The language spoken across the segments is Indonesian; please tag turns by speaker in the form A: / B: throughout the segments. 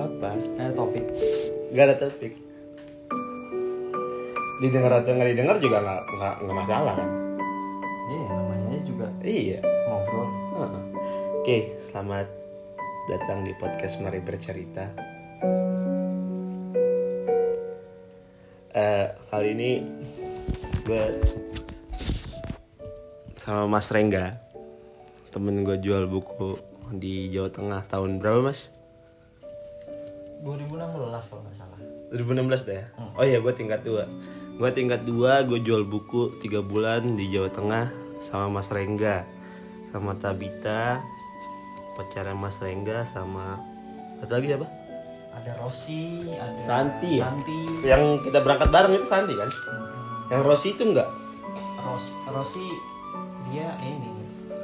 A: Bahas.
B: Ada Eh, topik.
A: Gak ada topik.
C: Didengar atau nggak didengar juga nggak nggak nggak masalah kan?
B: Iya, namanya aja juga
C: Iya.
B: ngobrol.
C: Heeh.
A: Oke, selamat datang di podcast Mari Bercerita. Eh, kali ini gue sama Mas Rengga, temen gue jual buku di Jawa Tengah tahun berapa Mas?
B: 2016 kalau nggak salah.
A: 2016 deh. ya? Oh iya, gue tingkat 2. Gue tingkat 2, gue jual buku 3 bulan di Jawa Tengah sama Mas Rengga. Sama Tabita, pacarnya Mas Rengga sama satu lagi siapa?
B: Ada Rossi, ada
A: Santi ya?
B: Santi.
A: Yang kita berangkat bareng itu Sandi kan? Yang Rossi itu enggak
B: Ros Rossi dia ini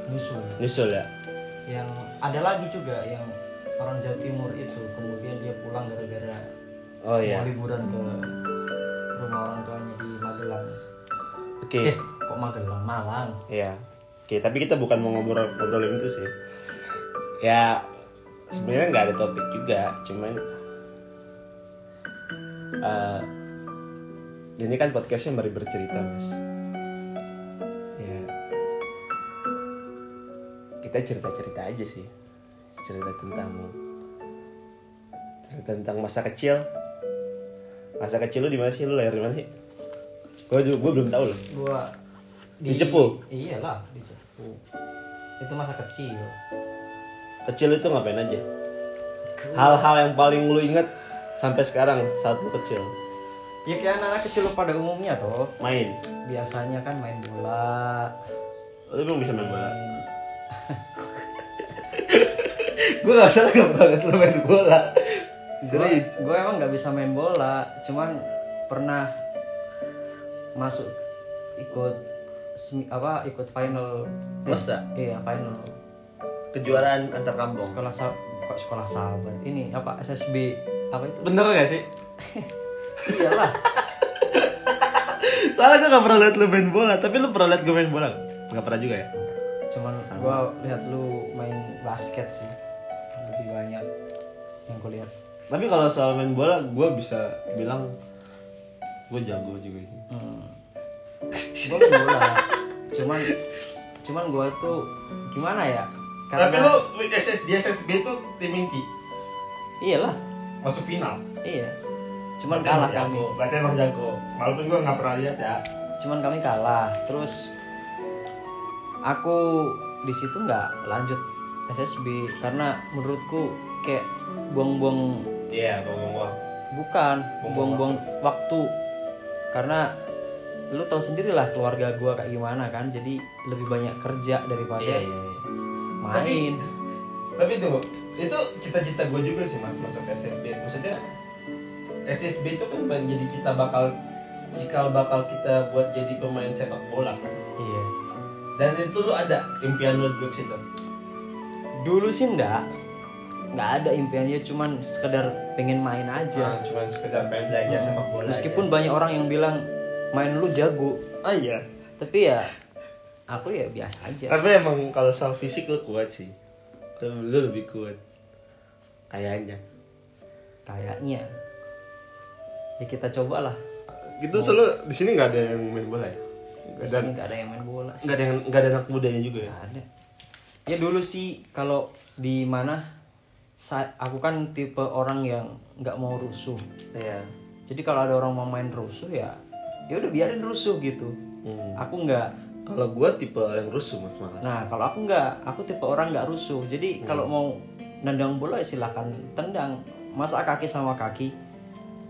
B: nyusul.
A: nyusul ya?
B: Yang ada lagi juga yang orang Jawa Timur itu kemudian dia pulang gara-gara
A: Oh
B: mau
A: iya.
B: liburan ke rumah orang tuanya di Magelang.
A: Oke.
B: Eh, kok Magelang? Malang.
A: Iya. Oke, tapi kita bukan mau ngobrol ngobrolin itu sih. Ya sebenarnya nggak ada topik juga, cuman eh, ini kan podcastnya mari bercerita mas. Ya kita cerita cerita aja sih, cerita tentang cerita tentang masa kecil. Masa kecil lu di mana sih? Lu lahir di mana sih? Gue belum tahu loh.
B: Gua
A: Di Cepu?
B: Iyalah, di Cepu. Itu masa kecil.
A: kecil itu ngapain aja hal-hal yang paling lu inget sampai sekarang saat lu kecil
B: Ya kayak anak-anak kecil pada umumnya toh.
A: main
B: Biasanya kan main bola.
A: lu belum bisa main bola
B: gue gak salah gak banget lo main bola gue emang gak bisa main bola cuman pernah masuk ikut semi- apa ikut final Eh,
A: Masa?
B: iya final
A: kejuaraan antar kampung
B: sekolah sab- kok sekolah sahabat ini apa SSB apa itu
A: bener gak sih
B: iyalah
A: soalnya gue gak pernah liat lu main bola tapi lu pernah liat gue main bola nggak pernah juga ya
B: cuman gue lihat lu main basket sih lebih banyak yang gue lihat
A: tapi kalau soal main bola gue bisa bilang gue jago juga sih
B: gue main bola cuman cuman gue tuh gimana ya
C: di SS, SSB itu tim inti
B: iyalah
C: masuk final.
B: iya cuman kalah kami
C: Berarti emang jago. Walaupun gue nggak pernah lihat ya.
B: cuman kami kalah terus aku di situ nggak lanjut SSB karena menurutku kayak buang-buang
C: Iya, ngomong-ngomong.
B: bukan buang-buang waktu karena lu tahu sendirilah keluarga gua kayak gimana kan jadi lebih banyak kerja daripada
C: Iya, iya, iya.
B: main
C: Tapi itu itu cita-cita gue juga sih mas masuk SSB. Maksudnya SSB itu kan jadi kita bakal cikal bakal kita buat jadi pemain sepak bola. kan?
B: iya
C: Dan itu lu ada impian lu dulu ke situ.
B: dulu sih enggak nggak ada impiannya cuman sekedar pengen main aja
A: Iya.
C: Ah, cuman sekedar pengen
A: Hmm.
C: belajar sepak bola.
B: meskipun banyak orang yang bilang main lu jago
A: oh iya
B: tapi ya aku ya
C: Iya.
B: biasa aja
A: tapi emang kalau soal fisik lu kuat sih lu, lu lebih kuat kayaknya
B: kayaknya ya kita cobalah
A: gitu selalu di sini nggak ada yang main bola ya
B: di sini nggak ada yang main bola sih
A: nggak ada yang nggak ada anak mudanya juga ya
B: nggak ada ya dulu sih kalau di mana sa- aku kan tipe orang yang nggak mau rusuh
A: iya
B: jadi kalau ada orang mau main rusuh ya ya udah biarin rusuh gitu
C: Hmm.
B: aku nggak
A: kalau gue tipe orang rusuh mas malah
B: Nah kalau aku nggak, aku tipe orang nggak rusuh. Jadi kalau mau nendang bola ya silakan tendang. Masa kaki sama kaki.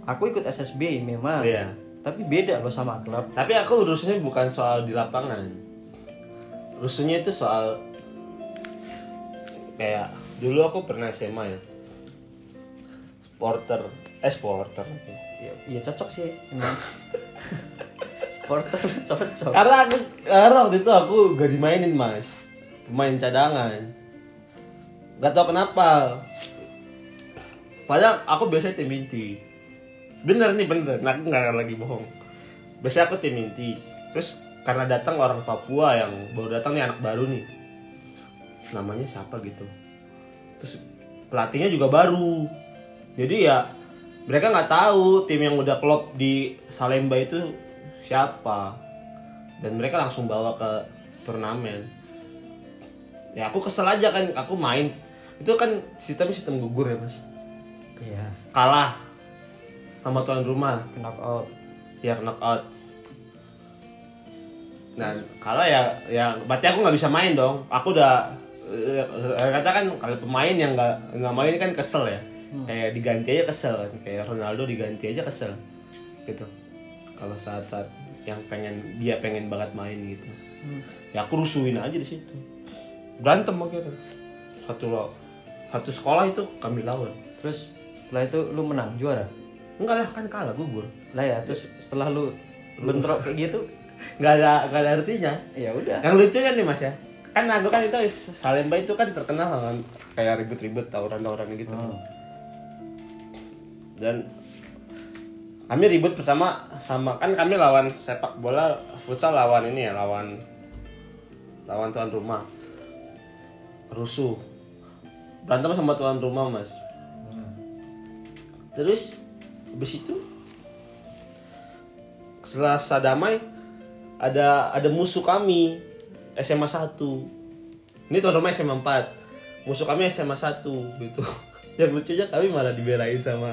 B: Aku ikut SSB memang.
A: Iya.
B: Tapi beda loh sama klub.
A: tapi aku rusuhnya bukan soal di lapangan rusuhnya itu soal kayak dulu aku pernah SMA ya supporter eh supporter
B: Ya, ya cocok sih. Emang. Supporter cocok.
A: Karena aku karena waktu itu aku gak dimainin mas, pemain cadangan. Gak tau kenapa. Padahal aku biasanya tim inti. Bener nih bener, nah, aku nggak lagi bohong. Biasanya aku tim inti. Terus karena datang orang Papua yang baru datang nih anak baru nih. Namanya siapa gitu. Terus pelatihnya juga baru. Jadi ya mereka nggak tahu tim yang udah klop di Salemba itu siapa. Dan mereka langsung bawa ke turnamen. Ya aku kesel aja kan, aku main. Itu kan sistem sistem gugur ya mas.
B: Iya.
A: Kalah sama tuan rumah.
B: Knock out.
A: ya knockout nah kalau ya ya berarti aku nggak bisa main dong aku udah eh, eh, kata kan kalau pemain yang nggak nggak main kan kesel ya kayak diganti aja kesel kan kayak Ronaldo diganti aja kesel gitu kalau saat-saat yang pengen dia pengen banget main gitu ya aku rusuhin aja di situ berantem akhirnya satu lo satu sekolah itu kami lawan
B: Terus setelah itu lu menang juara.
A: enggak lah kan kalah gugur
B: Lah ya, terus setelah lu bentrok kayak gitu,
A: nggak ada nggak ada artinya
B: ya udah.
A: Yang lucunya nih mas ya, kan aku kan itu Salemba itu kan terkenal dengan kayak ribut-ribut tawuran-tawuran gitu. Dan kami ribut bersama sama kan kami lawan sepak bola futsal lawan ini ya lawan lawan tuan rumah rusuh berantem sama tuan rumah mas terus habis itu selasa damai ada ada musuh kami SMA 1 ini tuan rumah SMA 4 musuh kami SMA 1 gitu yang lucunya kami malah dibelain sama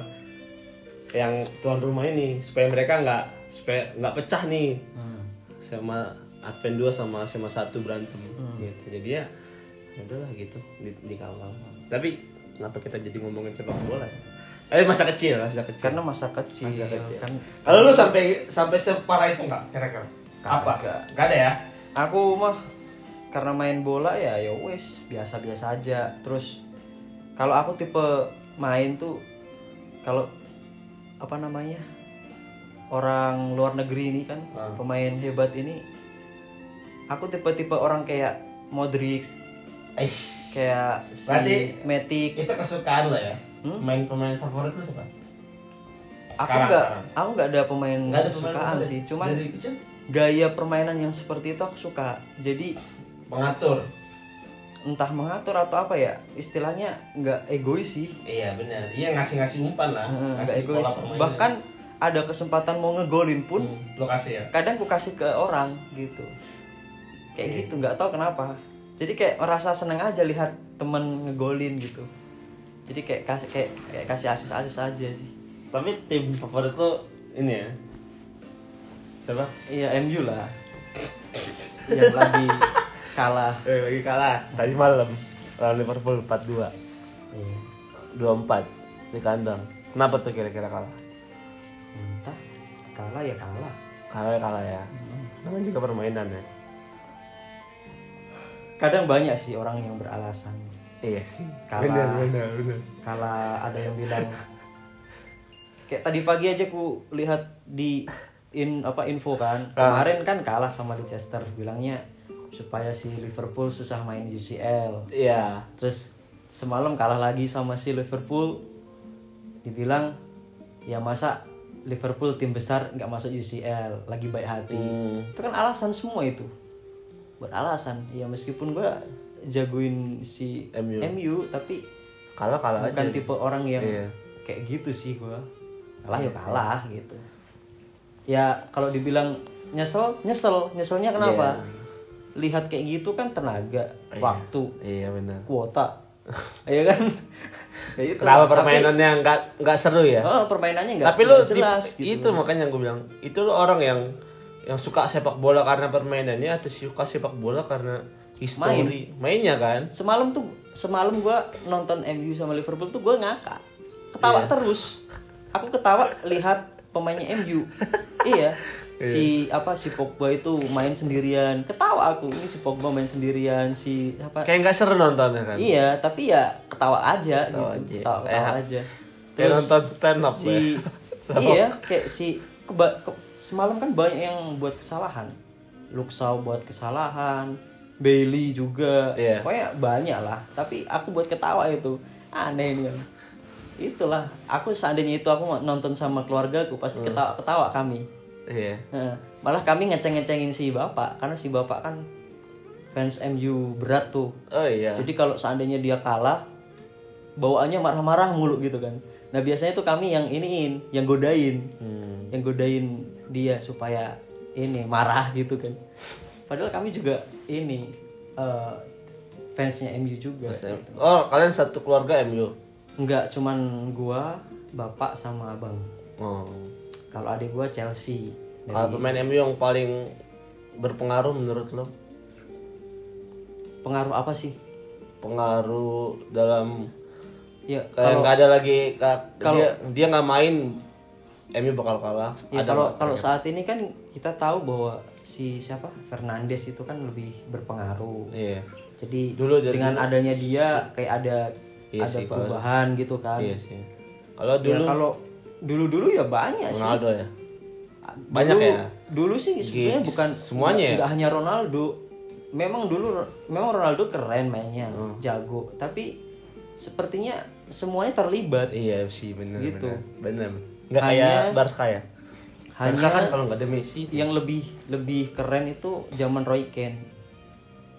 A: yang tuan rumah ini supaya mereka nggak supaya nggak pecah nih
B: Hmm.
A: sama Advent 2 sama SMA 1 berantem gitu jadi ya ya udahlah gitu di, dikawal tapi kenapa kita jadi ngomongin sepak bola ya? eh masa kecil masa kecil
B: Karena masa kecil, kan
A: Iya, kalau lu sampai sampai separah itu nggak kira-kira apa nggak ada ya
B: aku mah karena main bola ya ya wes biasa-biasa aja. Terus kalau aku tipe main tuh kalau apa namanya? Orang luar negeri ini kan
A: Ah.
B: pemain hebat ini aku tipe-tipe orang kayak Modric,
A: Eish.
B: kayak si
A: Berarti-
B: Matic,
A: itu kesukaan lo ya main pemain favorit lo siapa
B: aku
A: Sekarang,
B: nggak
A: sekarang.
B: aku nggak ada pemain
A: Nggak ada pemain
B: kesukaan
A: favorit. kan
B: sih cuman
A: Dari kecil?
B: gaya permainan yang seperti itu aku suka jadi
A: pengatur
B: entah mengatur atau apa ya istilahnya nggak egois sih
A: iya benar iya ngasih ngasih umpan lah
B: Eh, nggak
A: ngasih
B: egois
A: pola permainan
B: bahkan ada kesempatan mau ngegolin pun
A: Hmm, lo kasih ya
B: kadang ku kasih ke orang gitu kayak gitu nggak tahu kenapa jadi kayak merasa seneng aja lihat temen ngegolin gitu jadi kayak kasih kayak, kayak kasih asis asis aja sih
A: tapi tim favorit lo ini ya siapa
B: iya MU lah yang Iya, lagi kalah
A: eh lagi kalah tadi malam lawan Liverpool 4-2
B: Iya.
A: 2-4 di kandang kenapa tuh kira-kira kalah
B: Entah, kalah ya kalah.
A: kalah kalah ya namanya juga permainan ya
B: Kadang banyak sih orang yang beralasan.
A: iya sih
B: Kalah.
A: benar benar benar
B: Kalah ada yang bilang kayak tadi pagi aja ku lihat di in apa info kan. Kemarin kan kalah sama Leicester bilangnya supaya si Liverpool susah main UCL.
A: iya
B: Terus semalam kalah lagi sama si Liverpool. Dibilang ya masa Liverpool tim besar nggak masuk UCL lagi baik hati. Itu kan alasan semua itu. Beralasan. Ya meskipun gua jagoin si
A: MU.
B: MU, tapi
A: kalah kalah
B: bukan tipe orang yang
A: Iya.
B: kayak gitu sih gua. Kalah ya kalah gitu. Ya kalau dibilang nyesel, nyesel, nyeselnya kenapa? Lihat kayak gitu kan tenaga, waktu,
A: Iya. iya benar
B: kuota ya kan ya itu
A: Kenapa
B: Tapi-
A: permainannya nggak nggak seru ya?
B: oh, permainannya nggak
A: Tapi lu
B: nggak
A: tip-
B: jelas gitu
A: itu makanya gue bilang itu lu orang yang yang suka sepak bola karena permainannya atau suka sepak bola karena histori mainnya kan?
B: semalam tuh semalam gua nonton MU sama Liverpool tuh gua ngakak ketawa terus aku ketawa lihat pemainnya MU iya si apa si Pogba itu main sendirian ketawa aku ini si Pogba main sendirian si apa
A: Kayak nggak seru nontonnya kan?
B: iya tapi ya ketawa aja gitu
A: Ketawa aja.
B: ketawa, ketawa
A: Kayak-
B: aja
A: Kayak nonton stand up ya.
B: si iya kayak si keba- ke- semalam kan banyak yang buat kesalahan Luxau buat kesalahan Bailey juga
A: Iya.
B: pokoknya banyak lah tapi aku buat ketawa itu aneh ini kan itulah aku seandainya itu aku nonton sama keluarga aku pasti
A: Hmm.
B: ketawa ketawa kami
A: Iya.
B: Heeh. malah kami ngeceng-ngecengin si bapak karena si bapak kan fans MU berat tuh
A: Oh iya.
B: jadi kalau seandainya dia kalah, bawaannya marah-marah mulu gitu kan. Nah biasanya tuh kami yang iniin, yang godain,
A: Hmm.
B: yang godain dia supaya ini marah gitu kan. Padahal kami juga ini eh, fansnya MU juga. gitu.
A: Oh, kalian satu keluarga MU.
B: Enggak cuman gua, bapak sama abang.
A: Oh.
B: Kalau adik gua Chelsea.
A: Kalau Ah, pemain MU yang paling berpengaruh menurut lo?
B: Pengaruh apa sih?
A: Pengaruh dalam
B: Ya
A: kayak
B: kalau
A: nggak ada lagi kak
B: kalau-
A: dia dia nggak main MU bakal kalah.
B: ya
A: ada
B: kalau
A: nggak?
B: kalau saat ini kan kita tahu bahwa si siapa Fernandes itu kan lebih berpengaruh.
A: Iya.
B: Jadi
A: Dulu dari-
B: dengan adanya dia kayak ada ada
A: Iya sih, kalau-
B: perubahan gitu kan.
A: Iya sih. Kalau
B: Ya,
A: dulu
B: kalau dulu-dulu ya banyak sih.
A: Ronaldo ya.
B: Dulu-
A: banyak ya?
B: Dulu sih sebenarnya
A: Giggs,
B: bukan
A: semuanya ya?
B: nggak hanya Ronaldo. Memang dulu memang Ronaldo keren mainnya,
A: Oh.
B: jago, tapi sepertinya semuanya terlibat.
A: Iya sih benar
B: Gitu.
A: Benar. Nggak
B: Hanya-
A: kayak Barca ya.
B: hanya- Iya.
A: Barca kan kalau nggak ada Messi.
B: Yang lebih lebih keren itu zaman Roy Keane.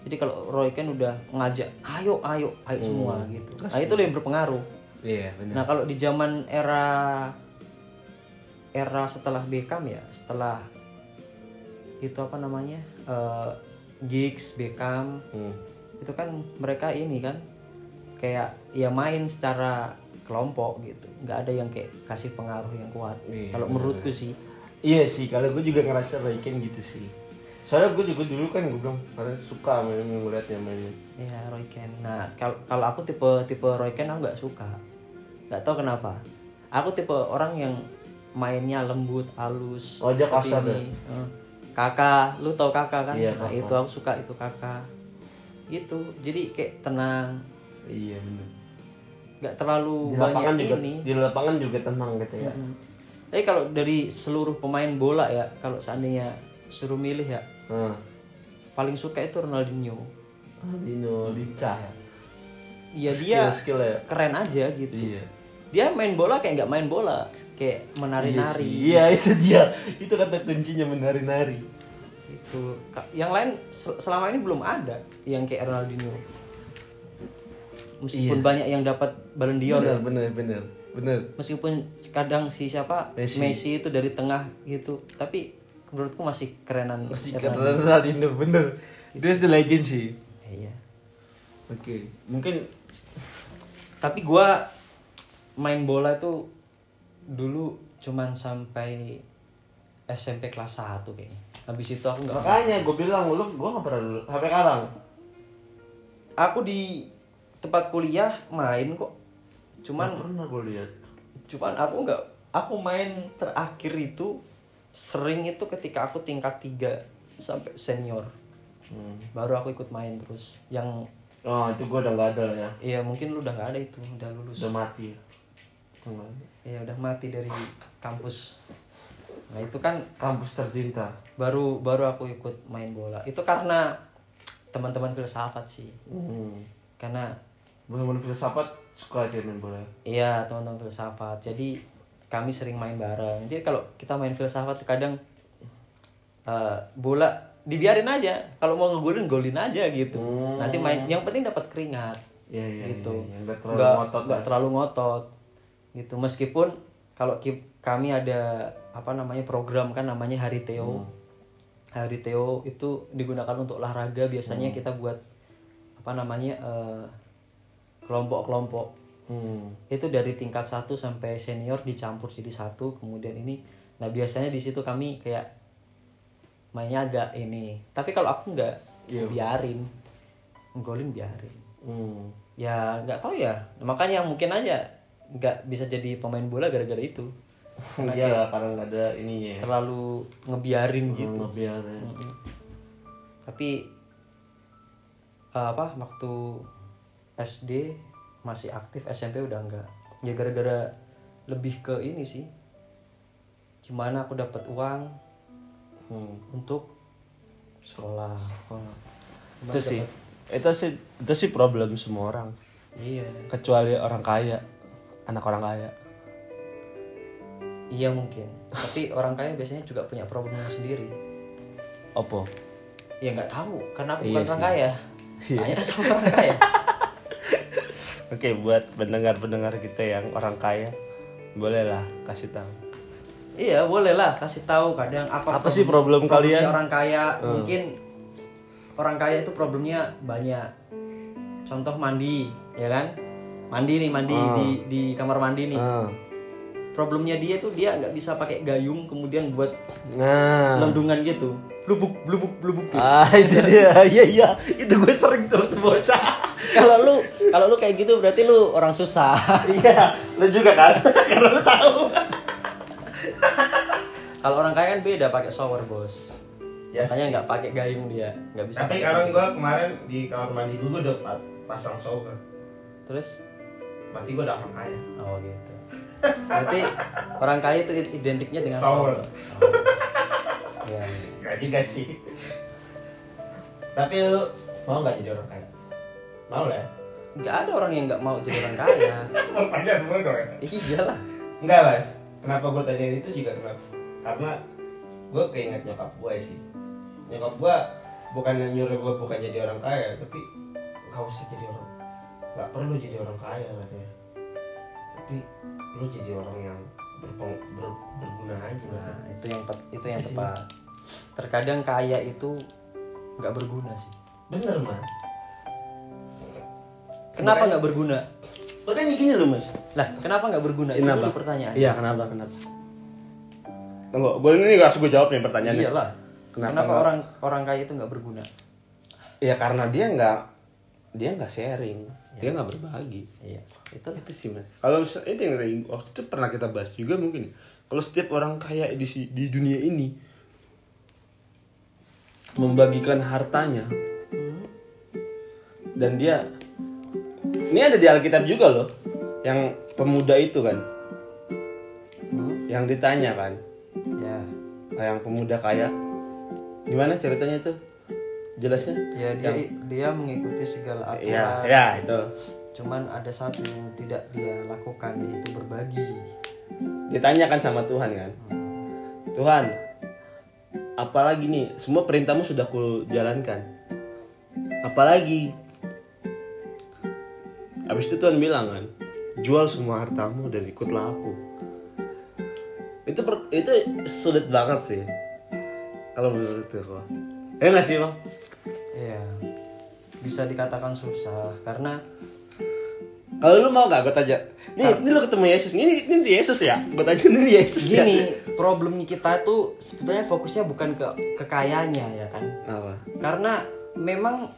B: Jadi kalau Roy Keane udah ngajak, ayo ayo ayo
A: Hmm.
B: semua gitu. Nah, itu yang berpengaruh.
A: Iya benar.
B: Nah kalau di zaman era era setelah Beckham ya, setelah itu apa namanya eh Giggs, Beckham,
A: Hmm.
B: itu kan mereka ini kan kayak ya main secara kelompok gitu, nggak ada yang kayak kasih pengaruh yang kuat.
A: Iya,
B: kalau menurutku sih,
A: Iya sih, kalau gue juga ngerasa Roy Keane gitu sih. Soalnya gue juga dulu kan gue bilang karena suka main ngeliatnya mainnya.
B: ya Roy Keane. Nah kalau kalau aku tipe tipe Roy Keane aku nggak suka, nggak tahu kenapa. Aku tipe orang yang mainnya lembut, halus.
A: Oh, dia
B: seperti
A: kasar
B: ini.
A: ya?
B: Eh, kakak lu tau kakak kan
A: Iya,
B: Nah,
A: kakak.
B: itu aku suka itu kakak gitu jadi kayak tenang
A: Iya benar.
B: nggak terlalu
A: Di
B: banyak
A: lapangan juga
B: ini
A: di lapangan juga tenang gitu ya.
B: Hmm. tapi kalau dari seluruh pemain bola ya kalau seandainya suruh milih ya
A: Heeh.
B: paling suka itu Ronaldinho
A: Dino, Lica ya.
B: ya dia
A: Skill ya.
B: keren aja gitu
A: Iya.
B: dia main bola kayak nggak main bola kayak
A: Iya,
B: menari-nari
A: sih. iya itu dia. Itu kata kuncinya menari-nari.
B: itu gitu. yang lain sel- selama ini belum ada yang kayak Ronaldinho meskipun
A: Iya.
B: banyak yang dapat Ballon d'Or ya.
A: Benar, benar, benar. Benar.
B: meskipun kadang si siapa
A: Messi.
B: Messi. itu dari tengah gitu tapi menurutku masih kerenan
A: Masih
B: Ronaldo.
A: keren Ronaldinho bener. Dia the legend sih.
B: iya
A: Oke. Mungkin
B: tapi gua main bola tuh dulu cuman sampai SMP kelas 1 kayaknya habis itu aku nggak
A: makanya gue bilang lu gue nggak pernah dulu sampai sekarang.
B: aku di tempat kuliah main kok cuman
A: Nggak pernah gue lihat.
B: cuman aku nggak aku main terakhir itu sering itu ketika aku tingkat 3 sampai senior
A: Hmm.
B: baru aku ikut main terus yang
A: Oh, itu gue udah nggak ada lah ya.
B: ya mungkin lu udah nggak ada itu udah lulus
A: Udah mati. ya. Nggak ada.
B: ya udah mati dari kampus nah itu kan
A: Kampus tercinta.
B: baru baru aku ikut main bola itu karena teman-teman filsafat sih
A: Hmm.
B: karena
A: Bener-bener filsafat suka aja main bola.
B: Iya teman-teman filsafat. Jadi kami sering main bareng. Jadi kalau kita main filsafat kadang eh, bola dibiarin aja. Kalau mau ngegolin golin aja gitu.
A: Hmm.
B: Nanti main yang penting dapat keringat.
A: Iya, iya,
B: gitu.
A: iya, iya. Nggak terlalu ngotot
B: nggak terlalu ngotot. Gitu. Meskipun kalau ki- kami ada apa namanya program kan namanya Hari Teo.
A: Hmm.
B: Hari Teo itu digunakan untuk olahraga biasanya
A: Hmm.
B: kita buat apa namanya eh, kelompok-kelompok
A: Hmm.
B: itu dari tingkat 1 sampai senior dicampur jadi satu kemudian ini nah biasanya di situ kami kayak mainnya agak ini tapi kalau aku nggak
A: Iya.
B: biarin golin biarin
A: Hmm.
B: ya nggak tahu ya makanya mungkin aja nggak bisa jadi pemain bola gara-gara itu
A: Iya lah, karena nggak ada ininya. ya.
B: terlalu ngebiarin gitu
A: Hmm, biar ya.
B: tapi eh, apa waktu SD masih aktif SMP udah enggak ya gara-gara lebih ke ini sih gimana aku dapat uang
A: Hmm.
B: untuk sekolah Gimana
A: itu sih
B: dapet-
A: itu sih itu sih problem semua orang
B: iya
A: kecuali orang kaya anak orang kaya
B: iya mungkin tapi orang kaya biasanya juga punya problemnya sendiri
A: opo
B: ya nggak tahu karena aku
A: Iya
B: bukan orang
A: sih.
B: kaya
A: Iya.
B: Tanya sama orang kaya
A: oke buat pendengar pendengar kita yang orang kaya
D: Boleh lah, kasih tahu.
B: Iya boleh lah kasih tahu kadang apa
D: Apa sih problem
B: problemnya
D: kalian?
B: orang kaya
D: Hmm.
B: mungkin orang kaya itu problemnya banyak contoh mandi ya kan mandi nih mandi
D: Ah.
B: di di kamar mandi nih
D: Ah.
B: problemnya dia tuh dia nggak bisa pakai gayung kemudian buat
D: Nah.
B: lendungan gitu blubuk blubuk blubuk gitu.
D: Ah, itu dia. Iya, iya. Itu gue sering tuh waktu bocah.
B: kalau lu kalau lu kayak gitu berarti lu orang susah
D: Iya, lu juga kan? Karena lu tahu.
B: kalau orang kaya kan beda pakai shower bos
A: Ya
B: makanya
A: sih.
B: nggak pakai gayung dia nggak bisa
A: Tapi
B: pakai
A: sekarang
B: gayung.
A: gua kemarin di kamar mandi dulu gua udah pa- pasang shower.
B: gitu. terus
A: Berarti gua udah orang kaya.
B: oh gitu berarti orang kaya itu identiknya dengan
A: Shower.
B: shower Oh. Iya, iya.
A: Gak juga sih. Tapi lu mau nggak jadi orang kaya? Mau lah. ya?
B: nggak ada orang yang nggak mau jadi orang kaya
A: Pertanyaan mulu dong. ya?
B: iyalah
A: Enggak mas, kenapa gue tanyain itu juga kenapa? Karena gue keinget nyokap gue sih. Nyokap gue bukan yang nyuruh gue bukan jadi orang kaya, tapi gak usah jadi orang, gak perlu jadi orang kaya katanya. Tapi lu jadi orang yang berpeng, ber- berguna aja.
B: nah itu yang pet- itu yang
A: Sih.
B: tepat terkadang kaya itu nggak berguna sih
A: Bener mas.
B: kenapa nggak berguna
D: Makanya gini loh, Mas.
B: lah kenapa nggak berguna itu dulu pertanyaan
D: Iya, kenapa? Kenapa? Tunggu, gue ini harus gue jawab nih pertanyaannya.
B: iyalah
D: iya, Kenapa
B: kenapa,
D: nggak-
B: orang orang kaya itu nggak berguna
D: Ya karena dia nggak dia nggak sharing, dia nggak berbagi.
B: iya itu
D: Itu sih mas. Kalau se- itu yang dari- waktu itu pernah kita bahas juga mungkin. Kalau setiap orang kaya di si- di dunia ini membagikan hartanya dan dia ini ada di Alkitab juga loh yang pemuda itu kan yang ditanya kan
B: ya
D: Nah, yang pemuda kaya gimana ceritanya itu jelasnya
B: ya dia dia mengikuti segala aturan
D: ya ya itu
B: cuman ada satu yang tidak dia lakukan yaitu berbagi
D: ditanyakan sama Tuhan kan Tuhan apalagi nih semua perintahmu sudah ku jalankan apalagi habis itu Tuhan bilang kan jual semua hartamu dan ikutlah aku itu per- itu sulit banget sih kalau menurut gue ya nggak sih bang
B: ya bisa dikatakan susah karena
D: Kalau lu mau gak gue tanya? Nih, ini lu ketemu Yesus. Ini, ini di Yesus ya? Gue tanya ini di Yesus ya?
B: gini problemnya kita itu sebetulnya fokusnya bukan ke kekayaannya ya kan
D: Apa?
B: karena memang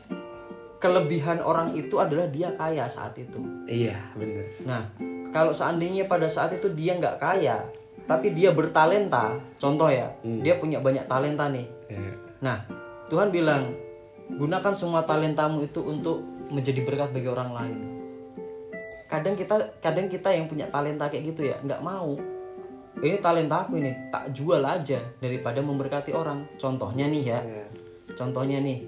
B: kelebihan orang itu adalah dia kaya saat itu
D: Iya, bener.
B: Nah, kalau seandainya pada saat itu dia nggak kaya, tapi dia bertalenta, contoh ya, dia punya banyak talenta nih.
D: Iya.
B: Nah, Tuhan bilang, gunakan semua talentamu itu untuk menjadi berkat bagi orang lain. Kadang kita, kadang kita yang punya talenta kayak gitu ya, nggak mau. Ini talenta aku ini tak jual aja daripada memberkati orang. Contohnya nih ya, contohnya nih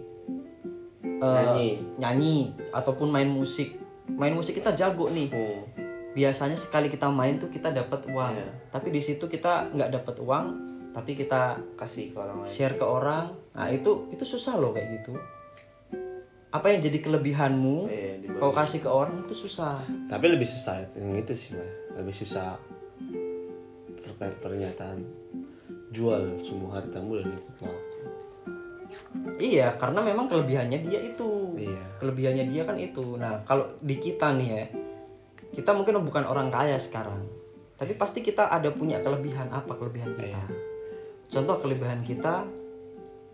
B: eh,
D: Iya. Nyanyi.
B: nyanyi ataupun main musik. Main musik kita jago nih
D: Hmm.
B: biasanya sekali kita main tuh kita dapat uang
D: Iya.
B: tapi di situ kita nggak dapat uang tapi kita
D: Kasih ke orang
B: share ke orang nah itu itu susah loh kayak gitu apa yang jadi kelebihanmu
D: Iya, dibagi.
B: kau kasih ke orang itu susah
D: Tapi lebih susah yang itu sih, Mas. Lebih susah per- pernyataan jual semua hartamu dan ikutlah aku.
B: iya karena memang kelebihannya dia itu
D: Iya.
B: kelebihannya dia kan itu nah kalau di kita nih ya kita mungkin bukan orang kaya sekarang tapi pasti kita ada punya kelebihan apa kelebihan kita contoh kelebihan kita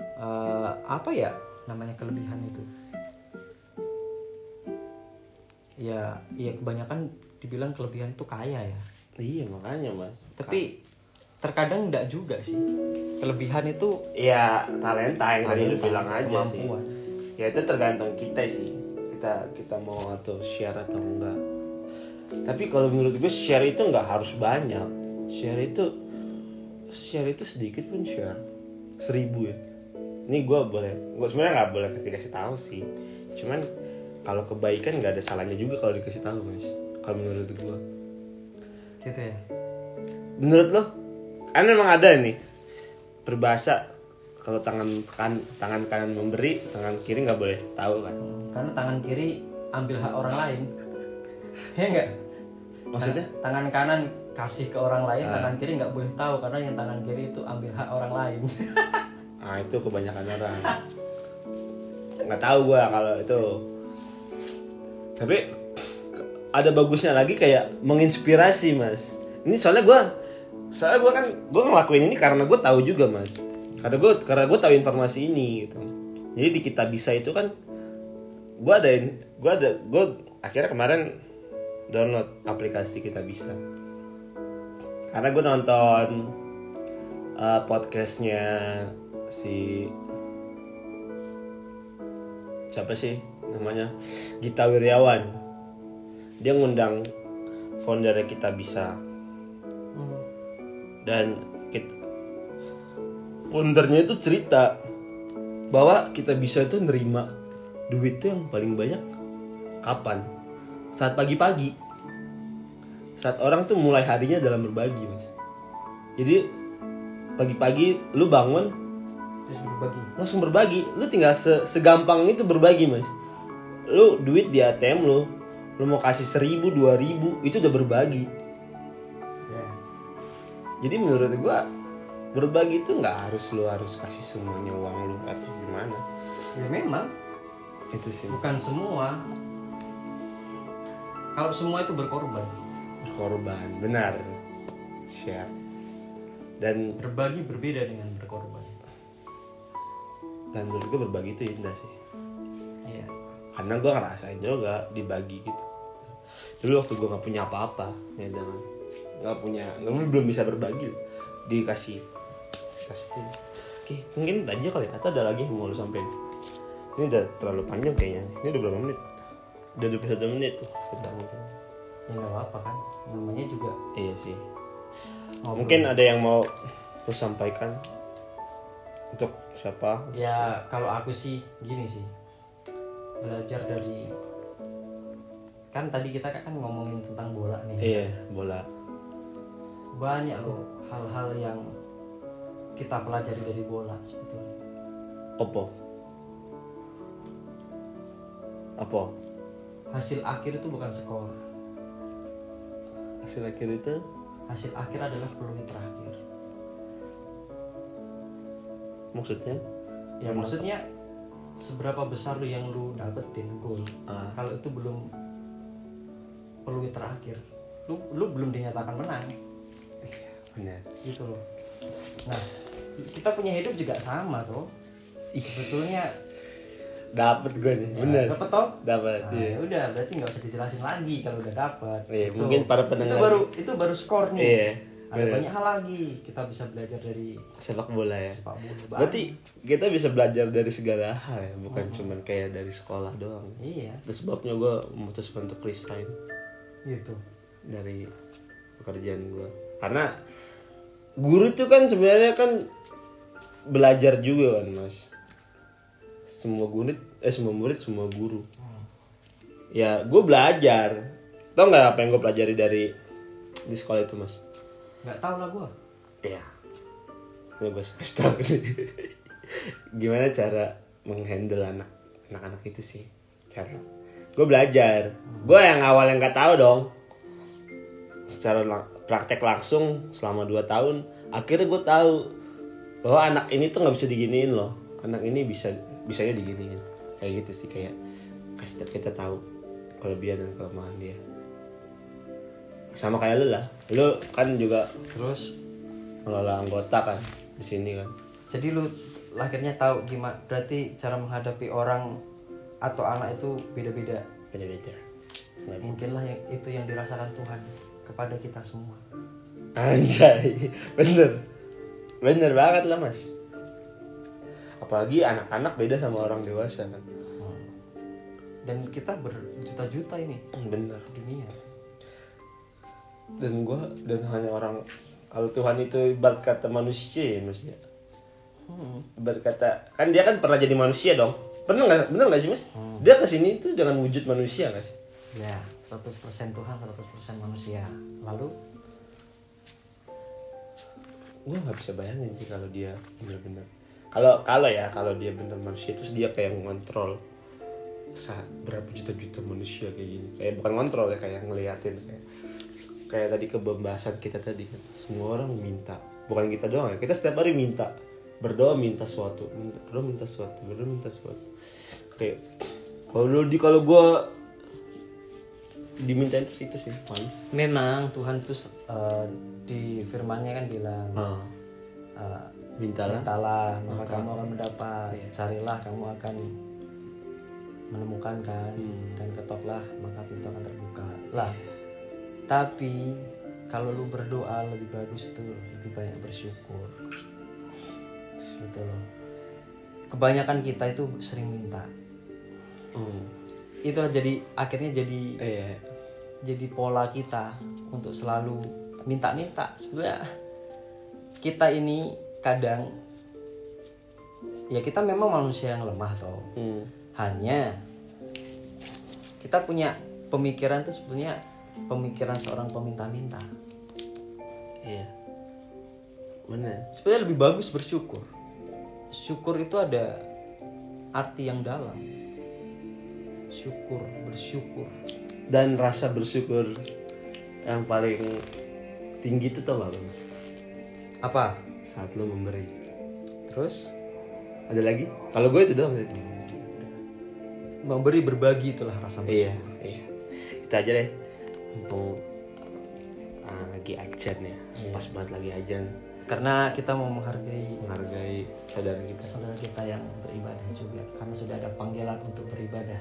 B: eh, apa ya namanya kelebihan itu ya ya kebanyakan dibilang kelebihan itu kaya ya
D: Iya, makanya, Mas.
B: tapi terkadang enggak juga sih kelebihan itu
D: Iya, talenta yang tadi lu
B: Talenta,
D: bilang aja sih.
B: kemampuan.
D: Ya itu tergantung kita sih. Kita kita mau atau share atau enggak. Tapi kalau menurut gue share itu nggak harus banyak. Share itu share itu sedikit pun share. Seribu ya. Ini gue boleh. Gue sebenarnya nggak boleh dikasih tahu sih. Cuman kalau kebaikan nggak ada salahnya juga kalau dikasih tahu guys. Kalau menurut gue.
B: gitu ya
D: Menurut lo? Kan memang ada nih berbahasa kalau tangan kan tangan kanan memberi, tangan kiri nggak boleh tahu kan.
B: karena tangan kiri ambil hak orang lain ya enggak
D: Maksudnya?
B: tangan kanan kasih ke orang lain tangan kiri nggak boleh tahu karena yang tangan kiri itu ambil hak orang lain
D: Ah itu kebanyakan orang. Nggak tahu gua kalau itu. Tapi ke- ada bagusnya lagi kayak menginspirasi mas. Ini soalnya gua, soalnya gua kan gua ngelakuin ini karena gua tahu juga mas. Karena gua karena gua tahu informasi ini gitu. Jadi di kita bisa itu kan gua ada gua ada gua akhirnya kemarin download aplikasi kita bisa karena gue nonton uh, podcastnya si siapa sih namanya Gita Wirjawan dia ngundang founder kita bisa dan kita, foundernya itu cerita bahwa kita bisa itu nerima duit tuh yang paling banyak kapan saat pagi-pagi saat orang tuh mulai harinya dalam berbagi mas jadi pagi-pagi lu bangun
B: terus berbagi
D: langsung berbagi lu tinggal se- segampang itu berbagi mas lu duit di ATM lu lu mau kasih seribu dua ribu itu udah berbagi
B: ya
D: jadi menurut gua berbagi itu nggak harus lu harus kasih semuanya uang lu atau gimana
B: Ya, memang
D: itu sih
B: bukan semua kalau semua itu berkorban
D: korban benar share dan
B: berbagi berbeda dengan berkorban
D: dan menurut gua berbagi itu indah sih
B: iya
D: karena gue ngerasain juga dibagi gitu dulu waktu gue nggak punya apa-apa ya zaman nggak punya nggak- belum bisa berbagi dikasih kasih tuh oke mungkin aja kali atau ada lagi yang mau lu sampein ini udah terlalu panjang kayaknya ini udah berapa menit udah 21 menit tuh kita mungkin
B: ya nggak apa-apa kan namanya juga
D: iya sih
B: Ngobrol.
D: mungkin ada yang mau lu sampaikan untuk siapa
B: ya kalau aku sih gini sih belajar dari kan tadi kita kan ngomongin tentang bola nih
D: iya bola
B: banyak loh hal-hal yang kita pelajari dari bola sebetulnya
D: opo apa
B: hasil akhir itu bukan skor
D: hasil akhir itu
B: hasil akhir adalah peluit terakhir
D: maksudnya
B: ya maksudnya seberapa besar lu yang lu dapetin gol
D: Ah.
B: kalau itu belum peluit terakhir lu lu belum dinyatakan menang
D: benar
B: gitu loh nah kita punya hidup juga sama tuh sebetulnya
D: dapat gue nih benar
B: dapat toh
D: dapat
B: Nah,
D: iya
B: ya udah berarti nggak usah dijelasin lagi kalau udah dapat
D: Iya, mungkin para pendengar-
B: itu baru itu baru skor nih
D: Iya,
B: ada
D: bener.
B: banyak hal lagi kita bisa belajar dari
D: sepak bola ya
B: sepak bola Banyak.
D: berarti kita bisa belajar dari segala hal ya bukan cuman kayak dari sekolah doang
B: iya
D: itu sebabnya gue memutuskan untuk resign
B: gitu
D: dari pekerjaan gue karena guru tuh kan sebenarnya kan belajar juga kan mas semua murid eh semua murid semua guru ya gue belajar tau nggak apa yang gue pelajari dari di sekolah itu mas
B: nggak tahu lah gua
D: Iya. Gue bahas tahu nih. Gimana cara menghandle anak anak-anak itu sih? Cara. Gue belajar. Gue yang awal yang nggak tahu dong. Secara lang- praktek langsung selama 2 tahun, akhirnya gue tahu bahwa anak ini tuh nggak bisa diginiin loh. Anak ini bisa bisanya diginiin. Kayak gitu sih kayak kasih tau- kita tahu kelebihan dan kelemahan dia. Sama kayak lu lah. Lu kan juga
B: terus
D: ngelola anggota kan di sini kan
B: jadi lu akhirnya tahu gimana berarti cara menghadapi orang atau anak itu beda-beda
D: beda-beda Nggak bisa.
B: mungkinlah yang itu yang dirasakan Tuhan kepada kita semua
D: anjay bener bener banget lah mas apalagi anak-anak beda sama orang dewasa kan
B: Hmm. dan kita berjuta-juta ini
D: Hmm, bener
B: di dunia
D: dan gua dan hanya orang kalau Tuhan itu ibarat kata manusia ya mas ya ibarat kata kan dia kan pernah jadi manusia dong bener nggak bener nggak sih mas dia kesini tuh dengan wujud manusia nggak sih
B: ya 100% Tuhan 100% manusia lalu
D: gue nggak bisa bayangin sih kalau dia bener-bener kalau kalau ya kalau dia bener manusia terus dia kayak ngontrol sa- berapa juta juta manusia kayak gini kayak bukan ngontrol ya kayak ngeliatin kayak kayak tadi ke pembahasan kita tadi kan semua orang minta bukan kita doang ya kita setiap hari minta berdoa minta suatu minta berdoa minta suatu berdoa minta suatu kayak kalau di kalau gue dimintain terus itu sih manis
B: Memang Tuhan tuh eh, di firman-Nya kan bilang
D: Ah,
B: eh,
D: mintalah
B: mintalah maka kamu akan Iya. mendapat carilah kamu akan menemukan kan dan ketoklah maka pintu akan terbuka lah tapi kalau lu berdoa lebih bagus tuh lebih banyak bersyukur gitu loh kebanyakan kita itu sering minta
D: Hmm.
B: itulah jadi akhirnya jadi
D: iya
B: jadi pola kita untuk selalu minta-minta sebenarnya kita ini kadang ya kita memang manusia yang lemah toh
D: Hmm.
B: hanya kita punya pemikiran tuh sebenarnya pemikiran seorang peminta-minta
D: iya mana
B: sebenarnya lebih bagus bersyukur syukur itu ada arti yang dalam syukur bersyukur
D: dan rasa bersyukur yang paling tinggi itu tau gak lo, mas
B: apa
D: saat lo memberi
B: terus
D: ada lagi kalau gue itu doang tadi.
B: memberi berbagi itulah rasa bersyukur
D: iya iya itu aja deh mumpung ah, lagi ajan ya pas banget lagi ajan
B: karena kita mau menghargai
D: menghargai saudara kita
B: saudara kita yang beribadah juga karena sudah ada panggilan untuk beribadah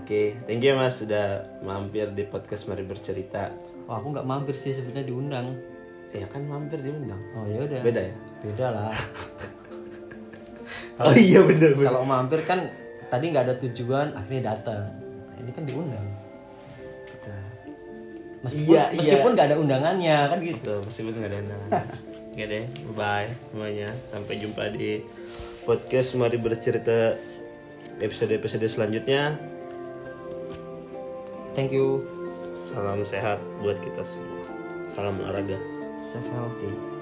D: oke thank you mas sudah mampir di podcast mari bercerita
B: oh aku nggak mampir sih sebenarnya diundang
D: ya kan mampir diundang
B: oh ya udah
D: beda ya
B: beda lah
D: oh iya bener bener
B: kalau mampir kan tadi nggak ada tujuan akhirnya datang Nah, ini kan diundang meskipun
D: Iya, iya.
B: meskipun nggak ada undangannya kan gitu
D: gitu masih betul nggak ada undangan oke deh bye semuanya sampai jumpa di podcast mari bercerita episode episode selanjutnya
B: thank you
D: salam sehat buat kita semua salam olahraga
B: stay healthy